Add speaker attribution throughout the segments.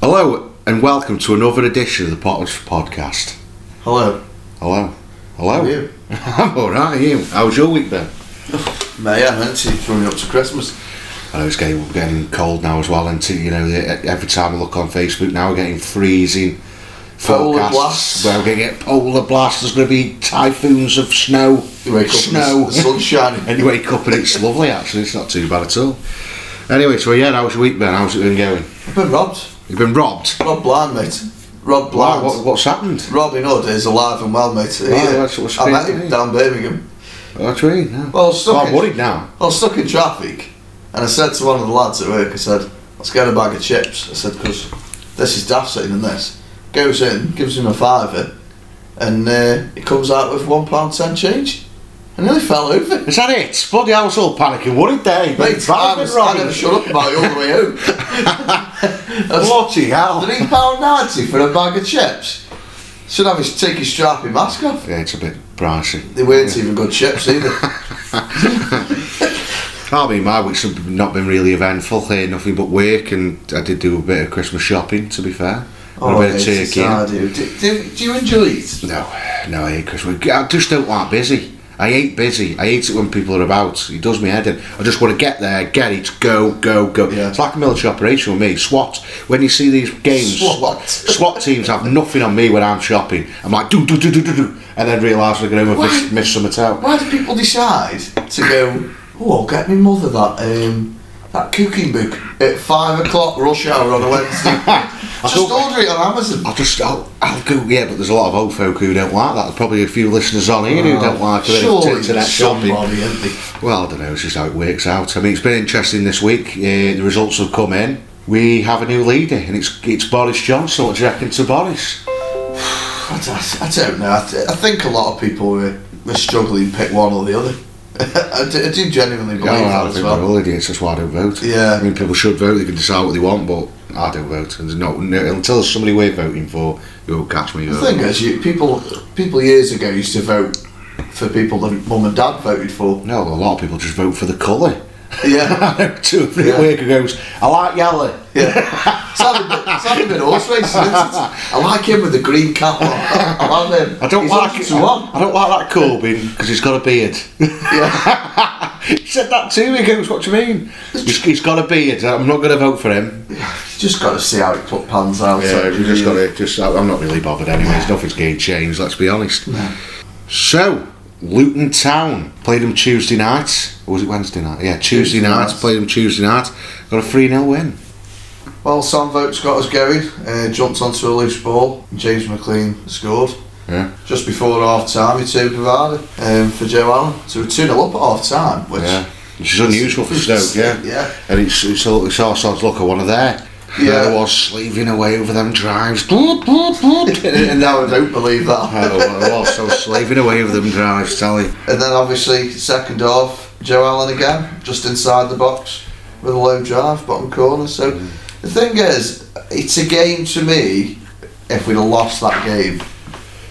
Speaker 1: Hello and welcome to another edition of the Potters podcast.
Speaker 2: Hello.
Speaker 1: Hello. Hello.
Speaker 2: How are you?
Speaker 1: I'm alright, you? How's your week then?
Speaker 2: Mate, I meant to coming up to Christmas.
Speaker 1: I know it's getting, getting cold now as well, and to, you know, the- every time I look on Facebook now, we're getting freezing
Speaker 2: Polar
Speaker 1: forecasts.
Speaker 2: blasts.
Speaker 1: We're going to get polar blasts, there's going to be typhoons of snow.
Speaker 2: You wake up
Speaker 1: snow.
Speaker 2: and the, the sun's shining.
Speaker 1: and you wake up and it's lovely actually, it's not too bad at all. Anyway, so yeah, how's your week Ben? How's it been going?
Speaker 2: I've been robbed.
Speaker 1: You've been robbed?
Speaker 2: Rob Bland, mate. Rob
Speaker 1: Wow,
Speaker 2: Bland.
Speaker 1: what, what's happened?
Speaker 2: Robin Hood is alive and well, mate. He,
Speaker 1: Wow, that's what's
Speaker 2: I met
Speaker 1: been-
Speaker 2: him down Birmingham.
Speaker 1: What do you mean? No.
Speaker 2: Well, stuck
Speaker 1: I'm
Speaker 2: in-
Speaker 1: worried now.
Speaker 2: I was stuck in traffic and I said to one of the lads at work, I said, let's get a bag of chips. I said, because this is daft sitting in this. Goes in, gives him a fiver, and uh, he comes out with £1.10 change. And nearly fell over.
Speaker 1: Is that it? Bloody hell, I was all panicking. What did they?
Speaker 2: Mate, I, was, I never shut up about it all the way home. I was-
Speaker 1: Bloody hell.
Speaker 2: Three pound ninety for a bag of chips. Should have his take his strappy mask off.
Speaker 1: Yeah, it's a bit pricey.
Speaker 2: They weren't even good chips either.
Speaker 1: I mean, my week's not been really eventful here, nothing but work, and I did do a bit of Christmas shopping, to be fair. and a bit of
Speaker 2: mate, Oh, it's
Speaker 1: turkey.
Speaker 2: hard, dude. Do, do, do you enjoy it?
Speaker 1: No, no, I hate Christmas. I just don't like busy. I hate busy. I hate it when people are about. It does me head in. I just want to get there, get it, go, go, go.
Speaker 2: Yeah.
Speaker 1: It's like a military operation with me. SWAT. When you see these games,
Speaker 2: SWAT.
Speaker 1: SWAT teams have nothing on me when I'm shopping. I'm like do do do do do do, and then realise we're going to
Speaker 2: Why?
Speaker 1: miss, miss something out.
Speaker 2: Why do people decide to go? Oh, I'll get me mother that um, that cooking book at five o'clock rush hour on a Wednesday. Just
Speaker 1: don't-
Speaker 2: order it on Amazon.
Speaker 1: I'll just I'll, I'll go. Yeah, but there's a lot of old folk who don't like that. There's probably a few listeners on here who don't like a bit of
Speaker 2: Oh, Surely
Speaker 1: internet
Speaker 2: there's
Speaker 1: shopping.
Speaker 2: somebody, isn't there?
Speaker 1: Well, I don't know. It's just how it works out. I mean, it's been interesting this week. Uh, the results have come in. We have a new leader, and it's it's Boris Johnson. What do you reckon to Boris?
Speaker 2: I don't- I don't know. I, th- I think a lot of people were, were struggling to pick one or the other. I, do, I do genuinely believe that as
Speaker 1: think
Speaker 2: well.
Speaker 1: they're all idiots. That's why I don't vote.
Speaker 2: Yeah.
Speaker 1: I mean, people should vote. They can decide what they want, but I don't vote. And there's no, no, until there's somebody we're voting for, you'll catch me
Speaker 2: The
Speaker 1: voting.
Speaker 2: thing is, you, people people years ago used to vote for people that mum and dad voted for.
Speaker 1: No, a lot of people just vote for the colour.
Speaker 2: Yeah,
Speaker 1: Two or three
Speaker 2: Yeah.
Speaker 1: weeks goes, I like yellow.
Speaker 2: yeah. It's having a bit, it's having a bit horse racing. Isn't it? I like him with the green cap on. I love him.
Speaker 1: I don't
Speaker 2: He's
Speaker 1: like
Speaker 2: up
Speaker 1: it.
Speaker 2: to one.
Speaker 1: I don't like that Corbyn because he's got a beard. he said that to me. He goes, "What do you mean? He's- he's got a beard. I'm not going to vote for him."
Speaker 2: You just got to see how it put pans out.
Speaker 1: Yeah, we just got to. Just, I- I'm not really bothered. Anyways, nothing's going to change. Let's be honest. So, Luton Town played them Tuesday night. Or was it Wednesday night? Yeah, Tuesday,
Speaker 2: Tuesday
Speaker 1: night.
Speaker 2: night.
Speaker 1: Played them Tuesday night. Got a three 0 win.
Speaker 2: Well, Sam Vote's got us going. Uh, jumped onto a loose ball. James McLean scored.
Speaker 1: Yeah.
Speaker 2: Just before half time, he two provided um, for Joe Allen. So we're 2 0 up at half time, which.
Speaker 1: Yeah. Which is unusual for Stoke. Yeah.
Speaker 2: Yeah.
Speaker 1: And it's it's all it's all sorts of look at one of there.
Speaker 2: Yeah.
Speaker 1: There I was slaving away over them drives. and now
Speaker 2: I don't believe that.
Speaker 1: I was so slaving away over them drives, Sally.
Speaker 2: And then obviously, second half, Joe Allen again, just inside the box with a low drive, bottom corner. So
Speaker 1: Mm.
Speaker 2: the thing is, it's a game to me, if we'd have lost that game,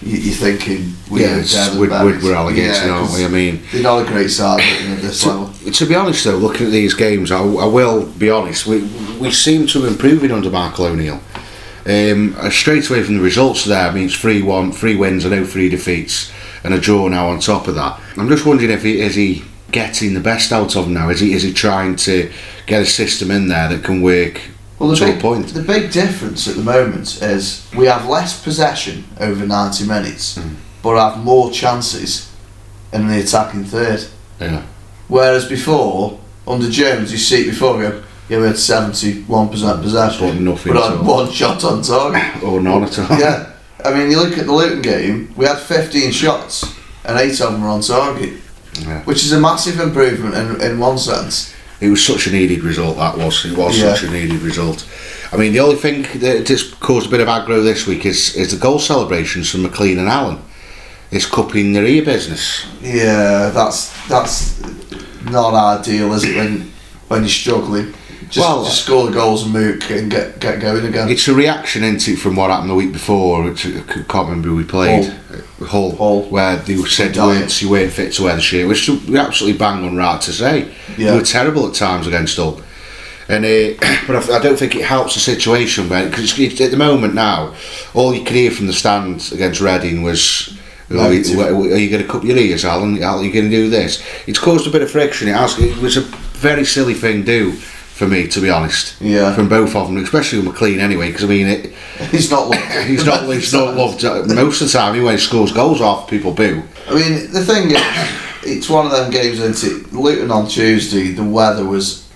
Speaker 2: you, you're thinking we're
Speaker 1: Yeah,
Speaker 2: dead
Speaker 1: it's,
Speaker 2: and
Speaker 1: we're,
Speaker 2: buried.
Speaker 1: we're, we're relegated,
Speaker 2: Yeah,
Speaker 1: aren't we? I
Speaker 2: 'cause
Speaker 1: mean,
Speaker 2: They're not a great side you know, at this level.
Speaker 1: to, to be honest though, looking at these games, I, I will be honest. We we seem to be improving under Michael O'Neill. Um, uh, straight away from the results there, I mean, it's 3 1, 3 wins, I know 3 defeats, and a draw now on top of that. I'm just wondering if he is he getting the best out of him now? Is he is he trying to get a system in there that can work
Speaker 2: Well, the
Speaker 1: to
Speaker 2: big,
Speaker 1: a point?
Speaker 2: the big difference at the moment is we have less possession over 90 minutes,
Speaker 1: Mm.
Speaker 2: but have more chances in the attacking third.
Speaker 1: Yeah.
Speaker 2: Whereas before, under Jones, you see it before, you go, yeah, we had 71% possession,
Speaker 1: Mm. But nothing
Speaker 2: but
Speaker 1: at
Speaker 2: had
Speaker 1: all.
Speaker 2: one shot on target.
Speaker 1: Or none at all?
Speaker 2: yeah, I mean, you look at the Luton game, we had 15 shots and 8 of them were on target,
Speaker 1: Yeah.
Speaker 2: which is a massive improvement in, in one sense.
Speaker 1: It was such a needed result that was. It was
Speaker 2: Yeah.
Speaker 1: such a needed result. I mean, the only thing that has caused a bit of aggro this week is is the goal celebrations from McLean and Allen. It's cupping their ear business.
Speaker 2: Yeah, that's that's not ideal, is it, when, when you're struggling? Just,
Speaker 1: Well-
Speaker 2: just score the goals and move and get, get going again.
Speaker 1: It's a reaction into from what happened the week before. Which I c- can't remember who we played. Hull,
Speaker 2: Hull.
Speaker 1: where they said you
Speaker 2: Dying.
Speaker 1: weren't, you weren't fit to wear the shirt, which we absolutely bang on right to say.
Speaker 2: Yeah.
Speaker 1: They were terrible at times against Hull. And uh, but I, I don't think it helps the situation when because at the moment now, all you could hear from the stand against Reading was. Are you,
Speaker 2: Negative.
Speaker 1: are you going to cup your ears, Alan? Alan, Are you going to do this? It's caused a bit of friction. It, has, it was a very silly thing to do for me, to be honest.
Speaker 2: Yeah.
Speaker 1: From both of them, especially with McLean anyway, because I mean, it,
Speaker 2: He's not loved.
Speaker 1: he's not he's not loved uh, most of the time. Anyway, he scores goals off, people boo.
Speaker 2: I mean, the thing is, it's one of them games, isn't it? Luton on Tuesday, the weather was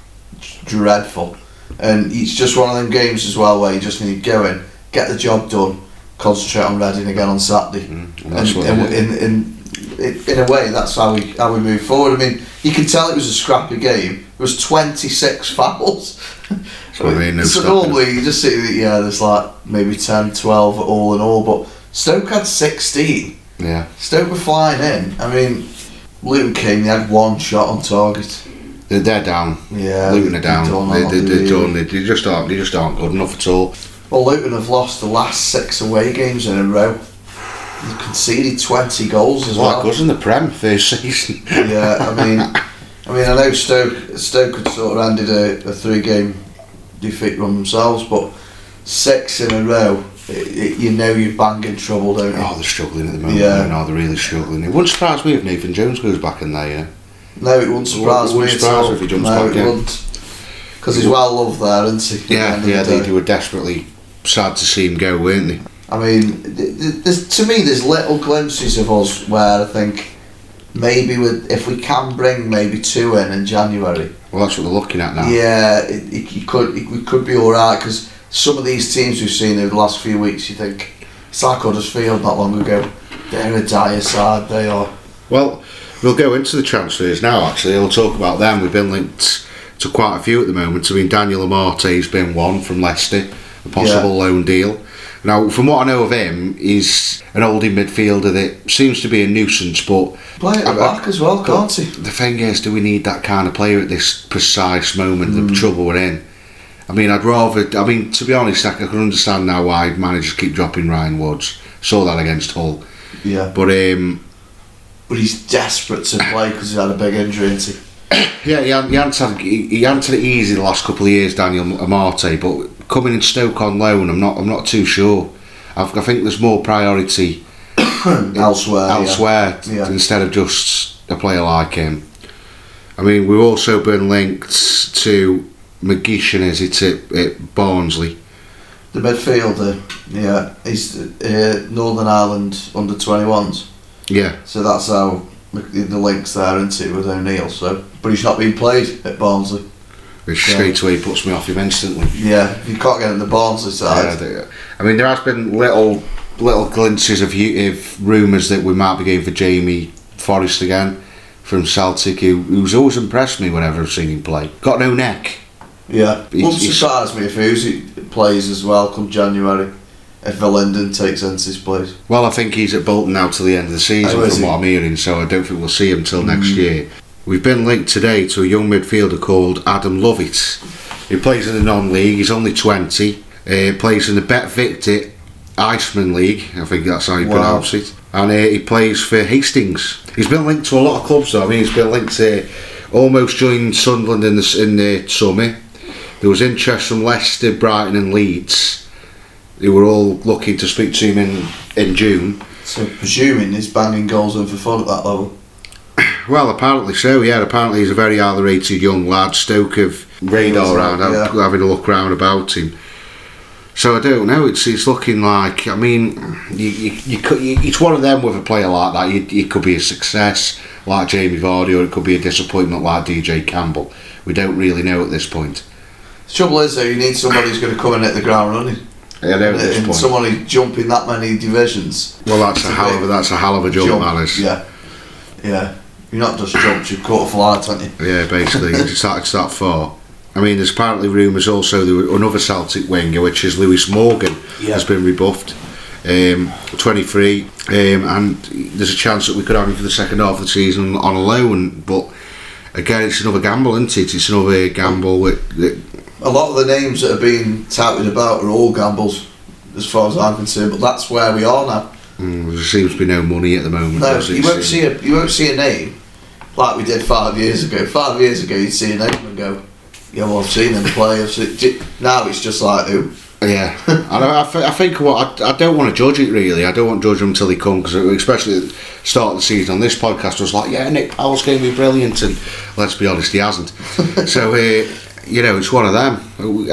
Speaker 2: dreadful. And it's just one of them games as well where you just need to go in, get the job done, concentrate on Reading again on Saturday.
Speaker 1: and that's what
Speaker 2: Mm-hmm. and,
Speaker 1: they
Speaker 2: in, in, in, in a way, that's how we how we move forward. I mean, you can tell it was a scrappy game. There was 26 fouls.
Speaker 1: what I mean, no
Speaker 2: so
Speaker 1: stopping.
Speaker 2: normally you just see, yeah, there's like maybe 10, 12 all in all, but Stoke had 16.
Speaker 1: Yeah,
Speaker 2: Stoke were flying in. I mean, Luton King, they had one shot on target.
Speaker 1: they're, they're down.
Speaker 2: Yeah,
Speaker 1: Luton
Speaker 2: they-
Speaker 1: are down.
Speaker 2: they don't
Speaker 1: They,
Speaker 2: know
Speaker 1: they,
Speaker 2: what
Speaker 1: they,
Speaker 2: to do.
Speaker 1: don't, they, they just aren't. They just aren't good enough at all.
Speaker 2: Well, Luton have lost the last six away games in a row. They've conceded 20 goals as
Speaker 1: Well,
Speaker 2: well.
Speaker 1: that goes in the Prem first season.
Speaker 2: yeah, I mean, I mean, I know Stoke Stoke had sort of ended a, a three-game defeat run themselves, but six in a row, it, it, you know you're banging trouble, don't you?
Speaker 1: Oh, they're struggling at the moment.
Speaker 2: Yeah.
Speaker 1: Yeah. No, they're really struggling. It wouldn't surprise me if Nathan Jones goes back in there, you know.
Speaker 2: No, it wouldn't surprise
Speaker 1: It wouldn't
Speaker 2: me at
Speaker 1: surprise
Speaker 2: all.
Speaker 1: if he jumps
Speaker 2: no,
Speaker 1: back
Speaker 2: it
Speaker 1: in.
Speaker 2: wouldn't. Because he's well loved there, isn't he?
Speaker 1: Yeah,
Speaker 2: At the
Speaker 1: yeah,
Speaker 2: end of the
Speaker 1: they,
Speaker 2: day.
Speaker 1: they were desperately sad to see him go, weren't they?
Speaker 2: I mean, th- th- there's, to me, there's little glimpses of us where I think maybe with if we can bring maybe two in in January,
Speaker 1: Well, that's what they're looking at now.
Speaker 2: yeah, it, it, you could it, we could be all right because some of these teams we've seen over the last few weeks, you think it's like Huddersfield not long ago, they're a dire side, they are.
Speaker 1: Well, we'll go into the transfers now, actually. We'll talk about them. We've been linked to quite a few at the moment. I mean, Daniel Amarte's been one from Leicester, a possible loan deal. Now, from what I know of him, he's an oldie midfielder that seems to be a nuisance, but
Speaker 2: Play at the
Speaker 1: I- I-
Speaker 2: back as well, can't he?
Speaker 1: The thing is, do we need that kind of player at this precise moment? The trouble we're in. I mean, I'd rather. I mean, to be honest, I can understand now why managers keep dropping Ryan Woods. Saw that against Hull,
Speaker 2: Yeah,
Speaker 1: but um,
Speaker 2: but he's desperate to play because he's had a big injury. Isn't he?
Speaker 1: yeah, he hadn't, he, hadn't had, he, he hadn't had it easy the last couple of years, Daniel Amarte. But coming in Stoke on loan, I'm not. I'm not too sure. I've, I think there's more priority
Speaker 2: Elsewhere, Oh, yeah.
Speaker 1: elsewhere
Speaker 2: Yeah.
Speaker 1: instead of just a player like him. I mean, we've also been linked to McGeechan, is it, at, at Barnsley?
Speaker 2: The midfielder, yeah, he's uh, Northern Ireland under 21s,
Speaker 1: Yeah,
Speaker 2: so that's how the, the links there into with O'Neill. So, but he's not being played at Barnsley.
Speaker 1: which
Speaker 2: Yeah.
Speaker 1: straight away puts me off him instantly.
Speaker 2: Yeah, if you can't get in the Barnsley
Speaker 1: Yeah,
Speaker 2: side.
Speaker 1: they- I mean, there has been little little glimpses of, you- of rumours that we might be going for Jamie Forrest again from Celtic, who, who's always impressed me whenever I've seen him play. Got no neck.
Speaker 2: Yeah,
Speaker 1: He's-
Speaker 2: wouldn't
Speaker 1: he's-
Speaker 2: surprise me if Uzi plays as well come January. If Valinden takes Ence's place,
Speaker 1: Well, I think he's at Bolton now till the end of the season,
Speaker 2: Oh, is
Speaker 1: from
Speaker 2: he? Hmm.
Speaker 1: what I'm hearing, so I don't think we'll see him till next year. We've been linked today to a young midfielder called Adam Lovett. He plays in the non league, he's only 20, uh, plays in the Bet Victor Iceman League, I think that's how you
Speaker 2: Wow.
Speaker 1: pronounce it, and uh, he plays for Hastings. He's been linked to a lot of clubs, though. I mean, he's been linked to uh, almost joined Sunderland in the, s- in the summer. There was interest from Leicester, Brighton, and Leeds. They were all looking to speak to him in, in June.
Speaker 2: so presuming he's banging goals in for fun at that level.
Speaker 1: Well, apparently so. Yeah, apparently he's a very highly rated young lad. Stoke of radar around,
Speaker 2: Yeah.
Speaker 1: hav- having a look round about him. So I don't know. It's it's looking like. I mean, you you, you, could, you it's one of them with a player like that. It, it could be a success like Jamie Vardy, or it could be a disappointment like DJ Campbell. We don't really know at this point.
Speaker 2: The trouble is though, you need somebody who's going to come in at the ground running,
Speaker 1: I don't know at this
Speaker 2: and
Speaker 1: point.
Speaker 2: someone who's jumping that many divisions.
Speaker 1: Well, that's a
Speaker 2: It's a
Speaker 1: hell of a,
Speaker 2: big
Speaker 1: that's a hell of a jump, that is.
Speaker 2: Yeah, yeah. You're not just jumped. You've caught a flight, haven't you?
Speaker 1: Yeah, basically, it's that, it's that far. I mean, there's apparently rumours also there were another Celtic winger, which is Lewis Morgan,
Speaker 2: Yeah.
Speaker 1: has been rebuffed. Um, 23, um, and there's a chance that we could have him for the second half of the season on a loan. But again, it's another gamble, isn't it? It's another gamble. That, that,
Speaker 2: A lot of the names that are being touted about are all gambles, as far as I'm concerned. But that's where we are now.
Speaker 1: mm, there seems to be no money at the moment.
Speaker 2: No,
Speaker 1: does it?
Speaker 2: you won't
Speaker 1: It's-
Speaker 2: see a you won't see a name like we did five years ago. Five years ago, you'd see a name and go, yeah, well, I've seen him play. I've seen, j- now it's just like who.
Speaker 1: Yeah, and I, I, th- I think what I, I don't want to judge it really. I don't want to judge them until he comes, especially at the start of the season. On this podcast, was like, yeah, Nick Powell's going to be brilliant, and let's be honest, he hasn't. so uh, you know, it's one of them.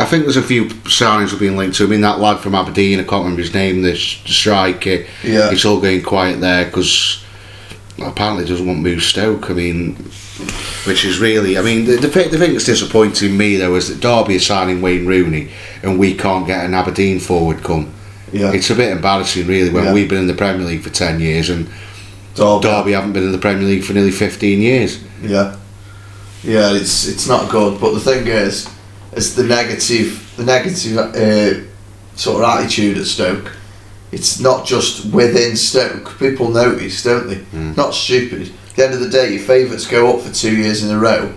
Speaker 1: I think there's a few signings have been linked to him. I mean, that lad from Aberdeen, I can't remember his name. This the striker,
Speaker 2: Yeah.
Speaker 1: it's all going quiet there because apparently he doesn't want to move Stoke. I mean, which is really, I mean, the, the, thi- the thing that's disappointing me though is that Derby are signing Wayne Rooney and we can't get an Aberdeen forward come.
Speaker 2: Yeah,
Speaker 1: It's a bit embarrassing, really, when
Speaker 2: Yeah.
Speaker 1: we've been in the Premier League for 10 years and
Speaker 2: Derby.
Speaker 1: Derby haven't been in the Premier League for nearly 15 years.
Speaker 2: Yeah, yeah, it's it's not good. But the thing is, it's the negative, the negative uh, sort of attitude at Stoke. It's not just within Stoke. People notice, don't they? Not stupid. At the end of the day, your favourites go up for two years in a row.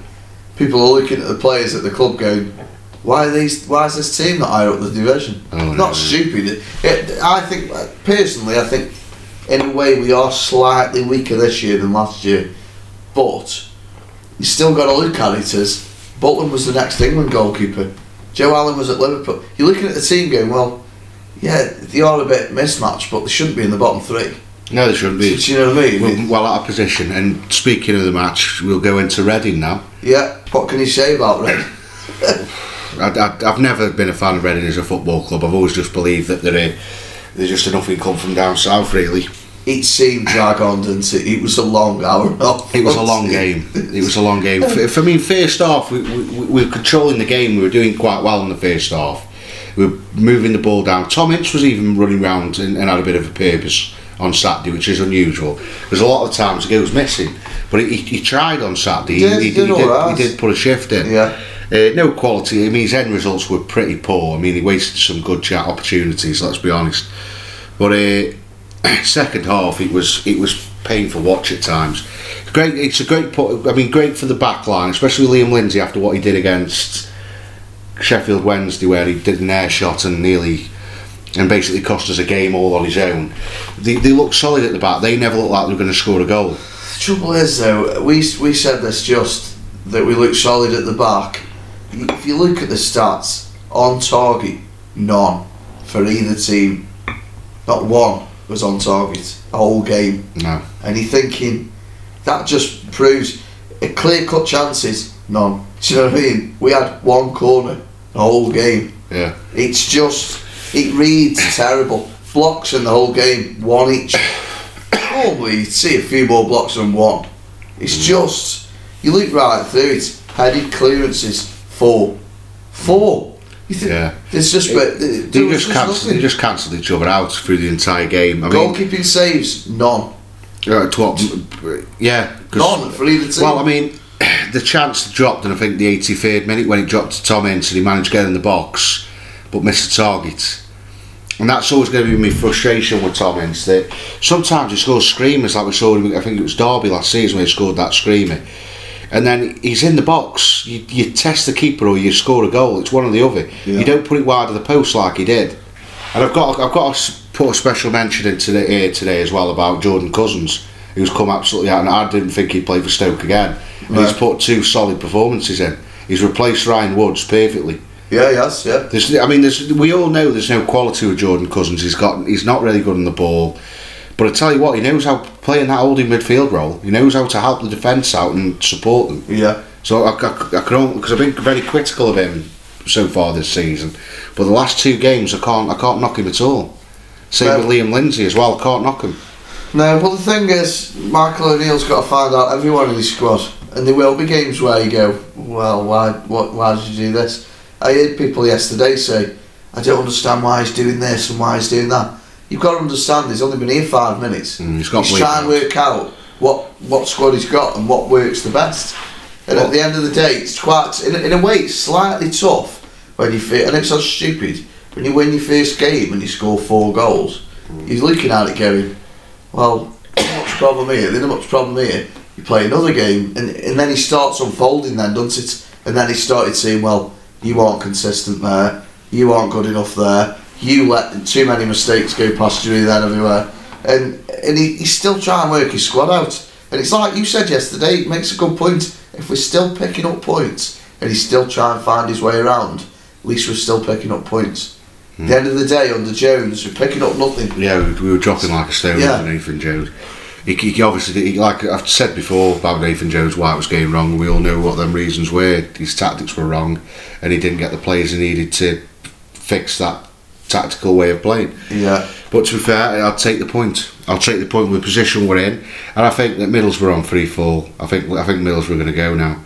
Speaker 2: People are looking at the players at the club going, "Why are these? Why is this team not higher up the division?"
Speaker 1: Oh, no,
Speaker 2: not
Speaker 1: no.
Speaker 2: stupid. It, I think personally, I think in a way we are slightly weaker this year than last year, but you still got to look at it as Butland was the next England goalkeeper. Joe Allen was at Liverpool. You're looking at the team going, well, yeah, they are a bit mismatched, but they shouldn't be in the bottom three.
Speaker 1: No, they shouldn't
Speaker 2: Do
Speaker 1: be.
Speaker 2: you know what I mean?
Speaker 1: Well, well, out of position. And speaking of the match, we'll go into Reading now.
Speaker 2: yeah, what can you say about Red?
Speaker 1: I, I, I've never been a fan of Reading as a football club. I've always just believed that they're a, they're just a nothing club from down south. Really,
Speaker 2: It seemed drag on, didn't it? It was a long hour.
Speaker 1: it was a long game. It was a long game. For, for me, first half, we, we, we were controlling the game. We were doing quite well in the first half. We were moving the ball down. Tom Ince was even running round and, and had a bit of a purpose on Saturday, which is unusual because a lot of times the goes missing. But he, he tried on Saturday.
Speaker 2: He did, he did all
Speaker 1: did,
Speaker 2: right.
Speaker 1: he did put a shift in.
Speaker 2: Yeah.
Speaker 1: Uh, no quality. I mean, his end results were pretty poor. I mean, he wasted some good chat opportunities. Let's be honest. But uh, second half, it was it was painful watch at times. Great, it's a great. Put, I mean, great for the back line, especially Liam Lindsay after what he did against Sheffield Wednesday, where he did an air shot and nearly and basically cost us a game all on his own. They, they looked solid at the back. They never looked like they were going to score a goal.
Speaker 2: The trouble is, though, we we said this just that we look solid at the back. If you look at the stats, on target, none for either team. Not one was on target the whole game,
Speaker 1: No.
Speaker 2: and you're thinking that just proves a clear cut chances, none. Do you know what I mean? We had one corner the whole game.
Speaker 1: Yeah.
Speaker 2: It's just it reads terrible. Blocks in the whole game, one each. Normally you'd see a few more blocks than one. It's just you look right through it. Headed clearances, four, four. You think
Speaker 1: Yeah.
Speaker 2: it's just but there
Speaker 1: They
Speaker 2: was
Speaker 1: just
Speaker 2: just
Speaker 1: cancelled. They
Speaker 2: nothing.
Speaker 1: just cancelled each other out through the entire game. I mean,
Speaker 2: Goalkeeping saves, none,
Speaker 1: uh, to what, yeah, 'cause-
Speaker 2: none for either team.
Speaker 1: Well, I mean, the chance dropped, and I think the 83rd minute when it dropped to Tom Ince, and he managed to get in the box, but missed the target. And that's always going to be my frustration with Tom Ince that sometimes he scores screamers like we saw. him- I think it was Derby last season when he scored that screamer, and then he's in the box. You, you test the keeper or you score a goal. It's one or the other.
Speaker 2: Yeah.
Speaker 1: You don't put it wide of the post like he did. And I've got I've got to s- put a special mention in today, here today as well about Jordan Cousins, who's come absolutely out. And I didn't think he'd play for Stoke again. And he's
Speaker 2: Right.
Speaker 1: put two solid performances in. He's replaced Ryan Woods perfectly.
Speaker 2: yeah, yes, yeah.
Speaker 1: There's, I mean, there's, we all know there's no quality with Jordan Cousins. He's got, he's not really good on the ball. But I tell you what, he knows how playing that holding midfield role. He knows how to help the defence out and support them.
Speaker 2: Yeah.
Speaker 1: So I, I, I can only because I've been very critical of him so far this season, but the last two games I can't I can't knock him at all. Same
Speaker 2: No.
Speaker 1: with Liam Lindsay as well. I can't knock him.
Speaker 2: No, but the thing is, Michael O'Neill's got to find out everyone in his squad, and there will be games where you go, "Well, why, what, why did you do this?" I heard people yesterday say, "I don't understand why he's doing this and why he's doing that." You've got to understand, he's only been here five minutes.
Speaker 1: Mm, he's got
Speaker 2: he's
Speaker 1: bleep.
Speaker 2: trying to work out what what squad he's got and what works the best. And
Speaker 1: Well-
Speaker 2: at the end of the day, it's quite in, a- in a way, it's slightly tough when you fi- and it's so stupid when you win your first game and you score four goals.
Speaker 1: Mm.
Speaker 2: You're looking at it going, well, not much problem here. There's not much problem here. You play another game, and, and then he starts unfolding. Then doesn't it? And then he started saying, well, you aren't consistent there. You aren't good enough there. You let too many mistakes go past you then everywhere. And and he, he's still trying to work his squad out. And it's like you said yesterday. It makes a good point. If we're still picking up points, and he's still trying to find his way around, at least we're still picking up points. At the end of the day, under Jones, we're picking up nothing.
Speaker 1: Yeah, we, we were dropping like a stone
Speaker 2: Yeah.
Speaker 1: yeah. under Nathan Jones. He, he obviously, did, he, like I've said before about Nathan Jones, why it was going wrong. We all know what them reasons were. His tactics were wrong, and he didn't get the players he needed to fix that tactical way of playing.
Speaker 2: Yeah,
Speaker 1: But to be fair, I'll take the point. I'll take the point with the position we're in, and I think that Middlesbrough on three four. I think I think Middlesbrough are going to go now.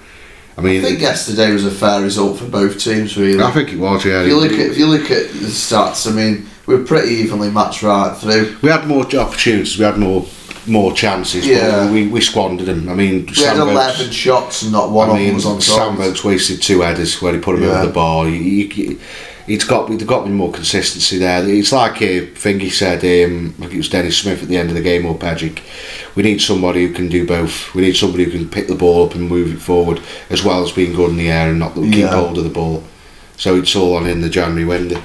Speaker 1: I
Speaker 2: I
Speaker 1: mean,
Speaker 2: think yesterday was a fair result for both teams. Really,
Speaker 1: I think it was. Yeah,
Speaker 2: if you look at if you look at the stats, I mean, we're pretty evenly matched right through.
Speaker 1: we had more opportunities. We had more more chances.
Speaker 2: Yeah.
Speaker 1: but we, we squandered them. I mean,
Speaker 2: We had
Speaker 1: Sam Boats-
Speaker 2: eleven shots and not one
Speaker 1: I
Speaker 2: of them
Speaker 1: mean,
Speaker 2: was on
Speaker 1: Sam
Speaker 2: target.
Speaker 1: Boats wasted two headers where he put him
Speaker 2: Yeah.
Speaker 1: over the bar. You, you, it's got there's got to be more consistency there. It's like a thing he said. Um, like it was Dennis Smith at the end of the game or Pagic. We need somebody who can do both. We need somebody who can pick the ball up and move it forward as well as being good in the air and not keep
Speaker 2: Yeah.
Speaker 1: hold of the ball. So it's all on in the January window.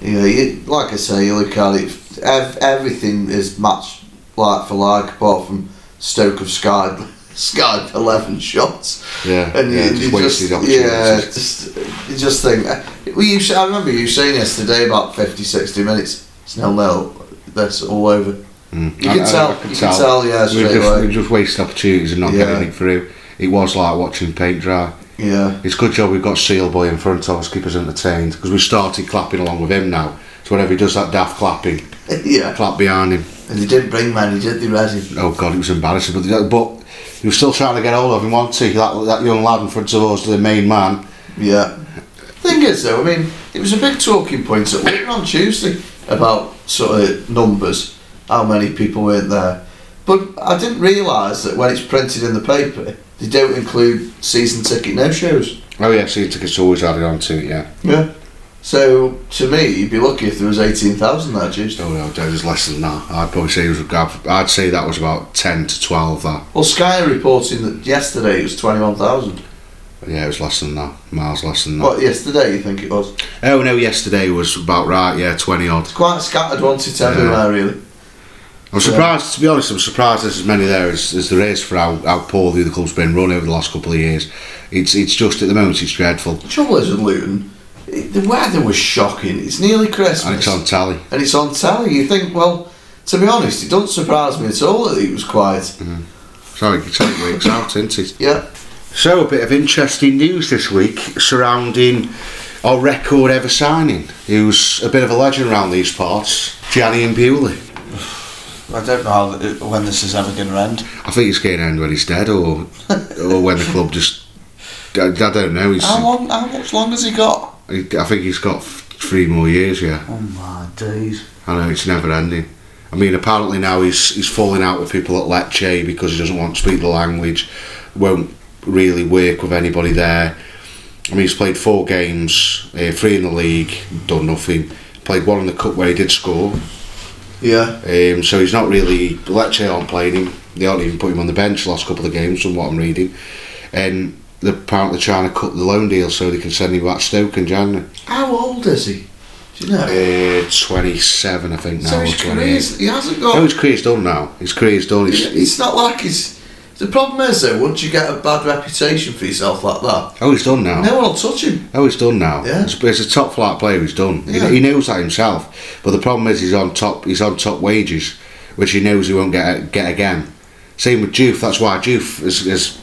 Speaker 2: Yeah, you, like I say, you look at it, ev- everything is matched like for like, apart from Stoke have skied, skied 11 shots.
Speaker 1: Yeah,
Speaker 2: And
Speaker 1: yeah,
Speaker 2: you,
Speaker 1: just
Speaker 2: you
Speaker 1: wasted
Speaker 2: just,
Speaker 1: opportunities.
Speaker 2: yeah, just, you just think. eh, Well, you, s- I remember you saying yesterday about 50, 60 minutes, it's nil nil, that's all over.
Speaker 1: Mm.
Speaker 2: You can tell, you can tell, yeah,
Speaker 1: We
Speaker 2: straight
Speaker 1: just, we
Speaker 2: away.
Speaker 1: just wasted opportunities and not
Speaker 2: Yeah.
Speaker 1: getting it through. It was like watching paint dry.
Speaker 2: Yeah,
Speaker 1: It's a good job we've got Seal Boy in front of us, keep us entertained, because we started clapping along with him now. So whenever he does that daft clapping,
Speaker 2: yeah.
Speaker 1: clap behind him.
Speaker 2: And they did bring many, did they, Redding?
Speaker 1: Oh God, it was embarrassing. But, the- but he was still trying to get hold of him, wasn't he? That, that young lad in front of us, the main man.
Speaker 2: Yeah. Thing is, though, I mean, it was a big talking point at Wigan on Tuesday about sort of numbers, how many people weren't there. But I didn't realise that when it's printed in the paper, they don't include season ticket no shows.
Speaker 1: Oh yeah, season tickets always added on to it, yeah.
Speaker 2: Yeah. So to me, you'd be lucky if there was eighteen thousand there Tuesday.
Speaker 1: Oh no, there was less than that. I'd probably say it was. I'd I'd say that was about ten to twelve. That
Speaker 2: Well, Sky are reporting that yesterday it was twenty-one thousand.
Speaker 1: yeah, it was less than that. Miles less than that.
Speaker 2: What yesterday you think it was?
Speaker 1: Oh no, yesterday was about right. Yeah, twenty odd.
Speaker 2: It's quite scattered once it's everywhere, really.
Speaker 1: I'm surprised, to be honest, I'm surprised there's as many there as, as there is for how, how poorly the club's been run over the last couple of years. It's it's just at the moment it's dreadful.
Speaker 2: The trouble is with Luton, it, the weather was shocking. It's nearly Christmas.
Speaker 1: And it's on tally.
Speaker 2: and it's on telly. You think, well, to be honest, it doesn't surprise me at all that it was quiet.
Speaker 1: Sorry, it's eight weeks out, isn't it?
Speaker 2: Yeah,
Speaker 1: So, a bit of interesting news this week surrounding our record ever signing, who's a bit of a legend around these parts, Gianni and Bewley.
Speaker 3: I don't know how, th- when this is ever going to end.
Speaker 1: I think it's going to end when he's dead or or when the club just. I, I don't know. He's,
Speaker 3: How long? How much long has he got?
Speaker 1: I think he's got three more years, yeah.
Speaker 3: Oh my days!
Speaker 1: I know it's never ending. I mean, apparently now he's he's falling out with people at Lecce because he doesn't want to speak the language, won't really work with anybody there. I mean, he's played four games, uh, three in the league, done nothing. Played one in the cup where he did score,
Speaker 2: yeah,
Speaker 1: um, so he's not really Lecce aren't playing him. They aren't even put him on the bench the last couple of games, from what I'm reading. And they're apparently trying to cut the loan deal so they can send him back to Stoke in January.
Speaker 2: How old is he? Do you know?
Speaker 1: Uh, 27, I think now.
Speaker 2: so
Speaker 1: or
Speaker 2: his
Speaker 1: 28.
Speaker 2: career's, he hasn't
Speaker 1: No,
Speaker 2: got.
Speaker 1: his career's done now. His career's done. He's, he's,
Speaker 2: it's not like he's. The problem is though, once you get a bad reputation for yourself like that,
Speaker 1: oh, he's done now.
Speaker 2: no one will touch him.
Speaker 1: Oh, he's done now.
Speaker 2: Yeah.
Speaker 1: He's, he's a top flight player. He's done. He-
Speaker 2: Yeah.
Speaker 1: He, knows that himself. But the problem is, he's on top. He's on top wages, which he knows he won't get get again. Same with Juve. That's why Juve has, has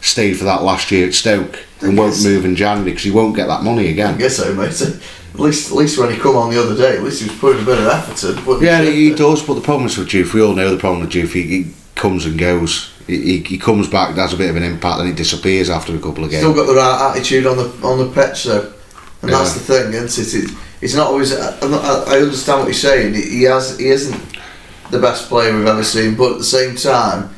Speaker 1: stayed for that last year at Stoke and won't
Speaker 2: Yes.
Speaker 1: move in January because he won't get that money
Speaker 2: I
Speaker 1: again.
Speaker 2: guess so, mate. At least, at least when he come on the other day, at least he was putting a bit of effort in. wasn't
Speaker 1: Yeah, he,
Speaker 2: Yeah.
Speaker 1: does. But the problem is with Juve. We all know the problem with Juve. He, he comes and goes. He, he, he comes back, has a bit of an impact, and he disappears after a couple of games.
Speaker 2: Still got the right attitude on the on the pitch though, and that's
Speaker 1: Yeah.
Speaker 2: the thing, isn't it? it it's not always. I, I'm not- I I understand what you're saying. He he has. He isn't the best player we've ever seen, but at the same time,